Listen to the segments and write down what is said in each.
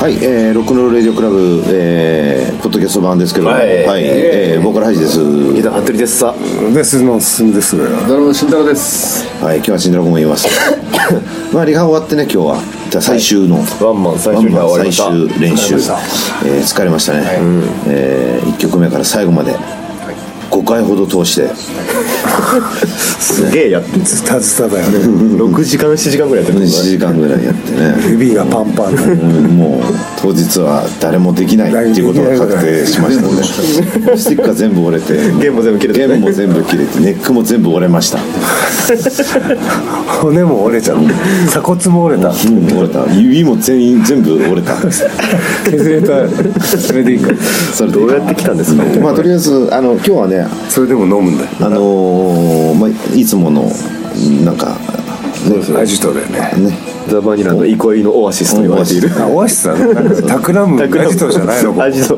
はい、えー、ロックンロールレディオクラブ、えー、ポッドキャスト版ですけども、ははいい、えー、ボーカルハイジです。ギター服部ですさで、スの進むです。ドラムの慎太郎ですはい、今日はシンドラゴンもい ます。まあ、リハ終わってね、今日は。じゃあ最終の、ワンマン最終日が終わりましたワンマン最終練習。え終わりまー、疲れましたね。うんえー、1曲目から最後まで、5回ほど通して、すげえやってるズタ ズタだよね。 6時間7時間ぐらいやってる1時間ぐらいやってね。指がパンパンだ。うんもう当日は誰もできないっていうことが確定しましたのでスティックが全部折れて弦も全部切れてね弦も全部切れてネックも全部折れました骨も折れちゃった。鎖骨も折れた。うん折れた指も全員全部折れた削れた。それでいいか。それでどうやって来たんですか まあとりあえずあの今日はねそれでも飲むんだよ。あのーまあ、いつものなんかアジトだよね。ねザ・バニラの憩いのオアシスと言われているあ、オアシスだね。なんか、タクラムアジトじゃないの。ここアジト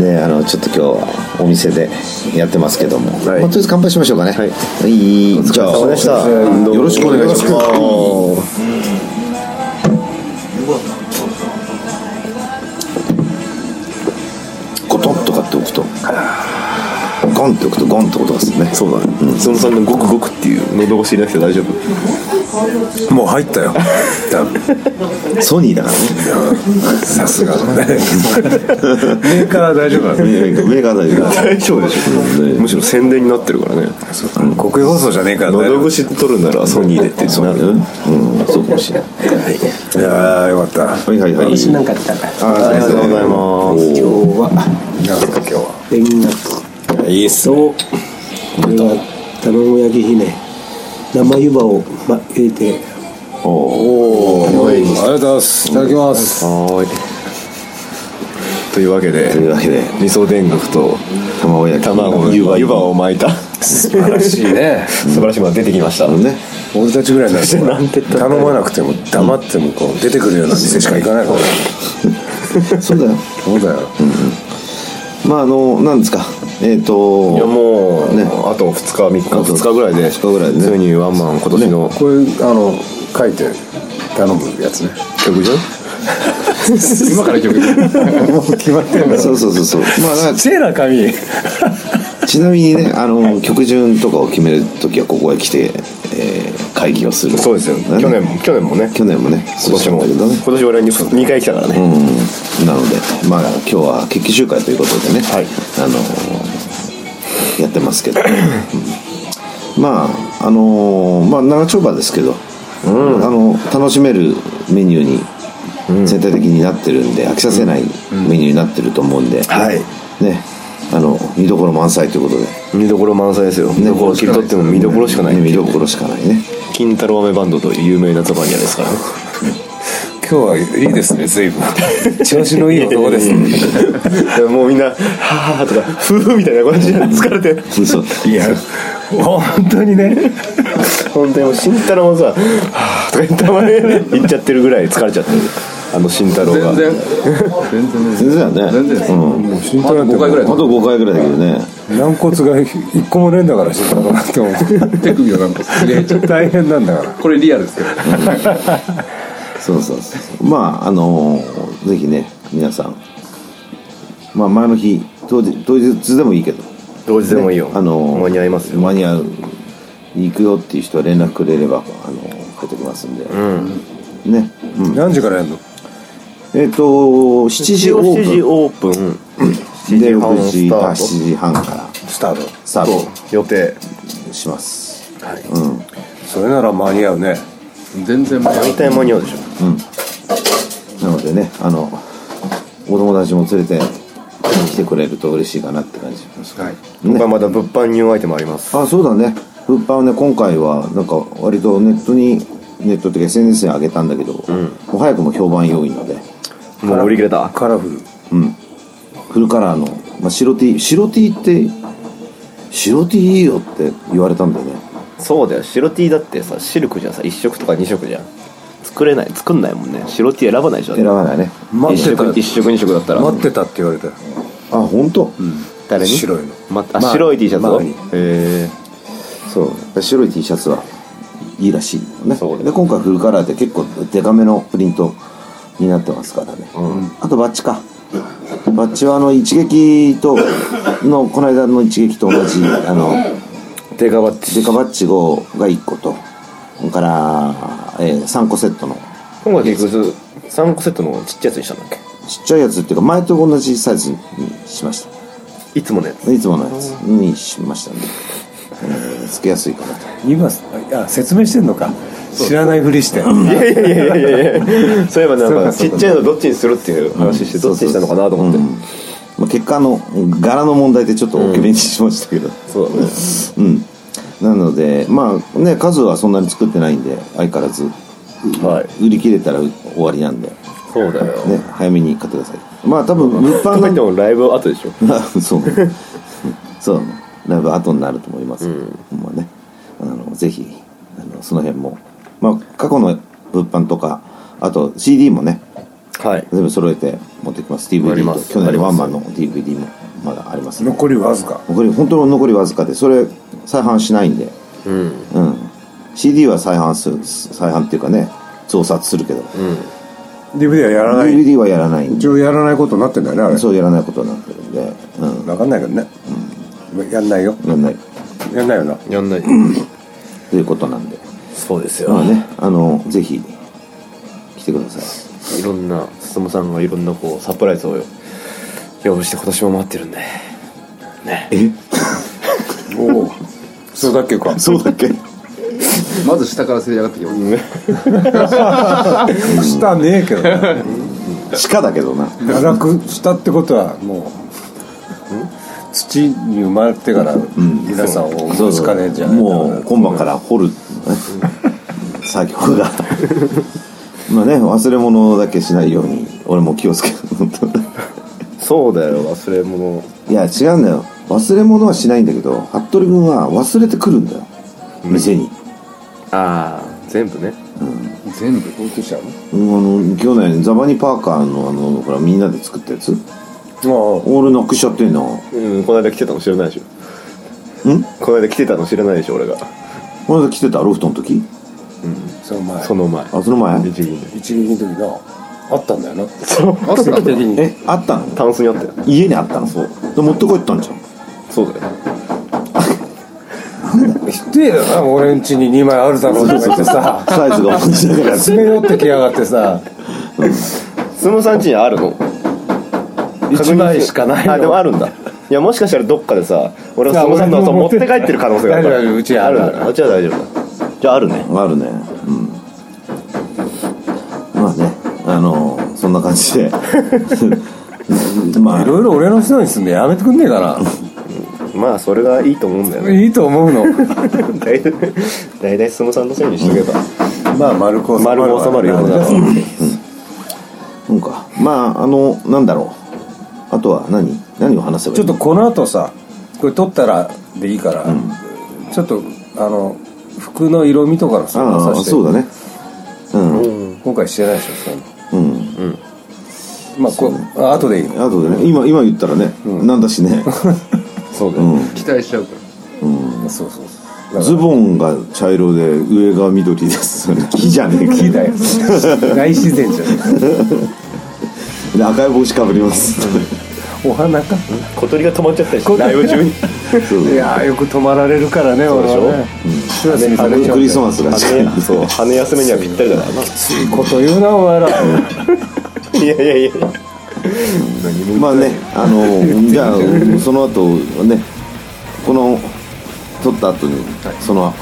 ねあのちょっと今日はお店でやってますけども、はいまあとりあえず乾杯しましょうかねはい、じゃあお疲れ様でしたよろしくお願いしますゴトンとかって置くとゴンって置くとゴンって音がするねそうだねそのさんのごくごくっていう喉越し入れなくて大丈夫もう入ったよ。多分ソニーだからねさすがだね。メーカーは大丈夫なの。目が大丈夫大丈夫でしょむしろ宣伝になってるからね国営放送じゃねえから大丈喉夫越し取るならソニーでってそうなるうんそうかもしれないいやーよかった。はいはいはい私なんかやったから今ありがとうございます日はなんすか今日は。レンガといいっす。これは卵焼きひね生湯葉を、ま、入れてありがとうございます。いただきます。はーいというわけでというわけで理想天国と卵焼き卵の湯葉湯葉を巻いた素晴らしいね。素晴らしいものが出てきましたね俺たちぐらいになるなんて言ったとら頼まなくても黙ってもこう出てくるような店しか行かないからそうだよそうだよまああのなんですかえっ、といやもう、ねあと2日3日あと2日ぐらいで二日ぐらいでねついにワンマン今年のこれあの書いて 頼むやつね曲じゃん、今から曲もう決まってるんだそうそうそうそうまあだかせえな紙 らちなみにねあの曲順とかを決める時はここへ来て、えー会議をするそうですよだね去年も去年もね去年もね今年もそうでしたけどね今年我々に2回来たからね、うんなのでまあ今日は決起集会ということでね、はいあのーやってますけ ど、うんまああのーまあ長丁場ですけど、あの楽しめるメニューに全体的になってるんで、飽きさせないメニューになってると思うんで、はいねあの見どころ満載ということで、見どころ満載ですよ、見どころ切り取っても見どころしかない、ね、見どころしかない ね金太郎飴バンドという有名なザバニアですからね 今日はいいですね随分調子のいい男ですねいやもうみんな「はあはあ」とか「ふう」みたいな感じで疲れてそういや本当にね本当にもう慎太郎もさ「はあ」とか言ったまね 言っちゃってるぐらい疲れちゃってるあの慎太郎が全然全然全然だね全然ですうん、もう慎太郎なんて5回ぐらあいと5回ぐらいだけどね軟骨が一個もねえんだから慎太郎なんてもう手首をなんかすげえ大変なんだからこれリアルですけどそうそうそうまああのーぜひね皆さんまあ前の日当日当日でもいいけどどうしでもいいよ、あのー間に合いますよ間に合う行くよっていう人は連絡くれればあのー帰ってきますんで、ね、うん何時からやるのえっ、と7時オ7時ーオープンプンで半6時スタートあ7時半からスタートスター予定トしますそれなら間に合うね全然迷大体間に合うでしょなのでねあのお友達も連れて来てくれると嬉しいかなって感じしますうはい僕はまだ物販入アイテムありますあそうだね物販をね今回はなんか割とネットにネットっていうか SNS に上げたんだけど、もう早くも評判良いので、もう売り切れたカラフルうん、フルカラーの、まあ、白 T 白 T って白 T いいよって言われたんだよねそうだよ白 T だってさシルクじゃんさ1色とか2色じゃん作れない作んないもんね白 T 選ばないでしょ選ばないね待ってた1色2色だったら待ってたって言われたよあ本当、誰に白いのまあまあ白い T シャツをまあへえそう白い T シャツはいいらしいよねそうだで今回フルカラーって結構デカめのプリントになってますからね、あとバッチかバッチはあの一撃とのこの間の一撃と同じあのデカバッチデカバッチ5が1個とそれから、えー、3個セットの今回結局3個セットのちっちゃいやつにしたんだっちっちゃいやつっていうか前と同じサイズにしましけいつものやつたいつものやつにしましたんで、えーつけやすいかなと今あ説明してんのか知らないふりしていやいやいやいやいやそういえばそうなんかかそちうっかちゃいのどっちにするっていう話してどっちにしたのかなと思ってまあ、結果あの柄の問題でちょっと大きめにしましたけど、そうだねうん、なのでまあね数はそんなに作ってないんで相変わらず、はい売り切れたら終わりなんで、ね、そうだよ早めに買ってくださいまあ多分物販食べてのもライブ後でしょ そうそうライブ後になると思いますけど、ほんまねあのぜひあのその辺もまあ過去の物販とかあと CD もねはい全部揃えて持ってきますあり DVD まとす去年のワンマンの DVD もまだありますんで残りわずか残り本当の残りわずかでそれ再販しないんでうんうん CD は再販する再販っていうかね増刷するけど、 DVD はやらない DVD はやらないんで一応やらないことになってんだよねあれそうやらないことになってるんでうん分かんないけどねやんないよやんないやんないよなやんないということなんでそうですまよあねあのぜひ来てくださいいろんな進さんがいろんなこうサプライズを用意して今年も待ってるんでおおそうだっけかそうだっけまず下から滑り上がってきます下ねえけどね鹿だけどな堕落したってことはもう土に生まれてから皆さんを思いつかねえんじゃないもう今晩から掘る、ね、作業がまあね忘れ物だけしないように俺も気をつけ本当にそうだよ忘れ物いや違うんだよ忘れ物はしないんだけど服部君は忘れてくるんだよ店に、ああ全部ね全部落としちゃううん、あの去年ザバニパーカーのあのほらみんなで作ったやつの俺ノックしちゃってんのうんこの間来てたの知らないでしょうんこの間来てたの知らないでしょ俺がこの間来てたロフトの時その前その前あその前日銀で一撃の時のあったんだよなあ った時にえあったのタンスにあったよ家にあったのそうで持って帰ったんじゃんそうだよひでえよな俺ん家に2枚あるだろうとか言って さサイズが同じだから詰め寄ってきやがってさスムさんちにあるの1枚しかないのあでもあるんだいやもしかしたらどっかでさ俺がスムさんのいやそ俺うも持持っってて帰ってる可能性がある大丈夫うちにああるるんだあっちは大丈夫だじゃああるねあるねうんまあねあのそんな感じでまあいろいろ俺の人に住んでやめてくんねえかまあそれがいいと思うんだよなねいいと思うの 大体大体スムさんのせいにしとけば まあ丸く収まる丸も収まるような そうかまああのなんだろうあとは何何を話せばいいちょっとこの後さこれ撮ったらでいいから、ちょっとあの服の色味とかのさああさしてそうだねうん今回してないでしょそういうのうんまあこうあ後でいいのあとでね今今言ったらね、なんだしね、そうだうよ、ん、期待しちゃうかそうそうそ うズボンが茶色で上が緑ですそれ木じゃねえか木だよ大自然じゃんで赤い帽子かぶりますお花か小鳥が止まっちゃったりしてライブ中にそういやーよく泊まられるからね俺はねクラスにされちゃうクんリだスよマスが近い羽そう羽休めにはぴったりだ からないいこと言うなお前らやいやいやまあねあ のじゃあその後ねこの撮った後に、その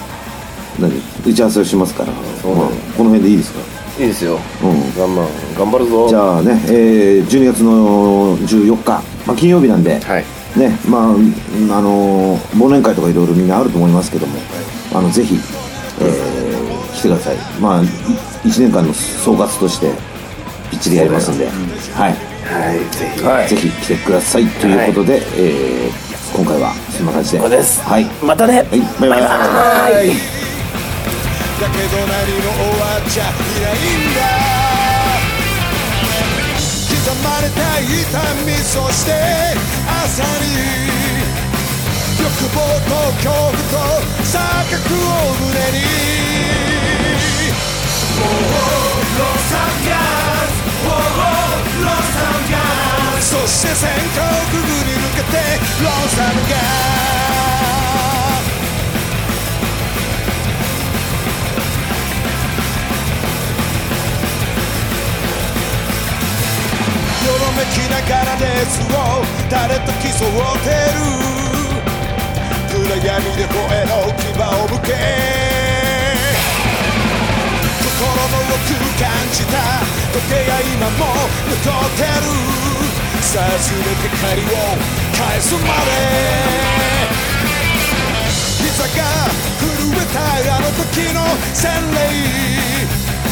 何打ち合わせをしますから、まあこの辺でいいですかいいですようん頑張頑張るぞじゃあね、えー12月の14日、まあ、金曜日なんで、はいねまあ、うんあのー忘年会とかいろいろみんなあると思いますけども、あのぜひ、えー来てください、まあ、1年間の総括としてぴっちりやりますんで、はいはいぜひ来てくださいということで、えー今回はそんな感じでですはいまたねはい、バイバイだけど何も終わっちゃいないんだ刻まれた痛みそして朝に欲望と恐怖と錯覚を胸にもうロサンガスきなからですを誰と競うてる暗闇で声の牙を向け心の奥感じた時計が今も残ってるさあ全て光を返すまで膝が震えたあの時の洗礼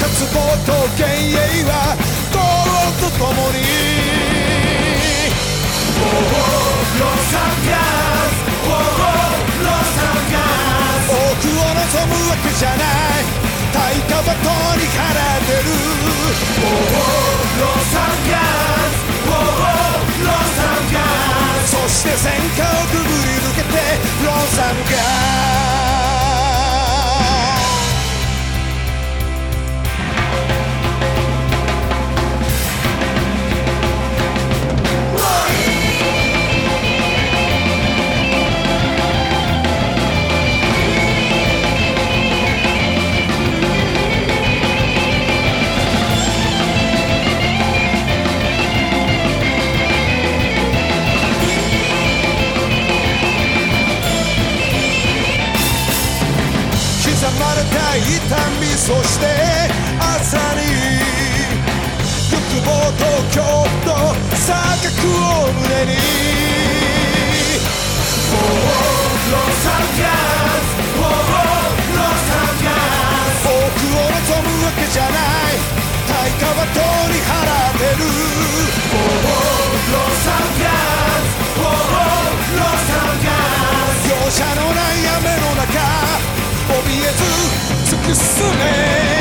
渇望と幻影は道路と共に Oh, Los Angeles Oh, Los Angeles 奥を望むわけじゃない大火は塔にから出る Oh, Los Angeles Oh, Los Angeles そして戦火をくぐり抜けて Los Angeles 刻まれた痛みそして朝に欲望と恐怖と錯覚を胸に Oh, Los Angeles Oh, Los Angeles 僕を望むわけじゃない対価は塔に払ってる Oh, Los Angeles Oh, Los Angeles 容赦のない雨の中怯えず突き進め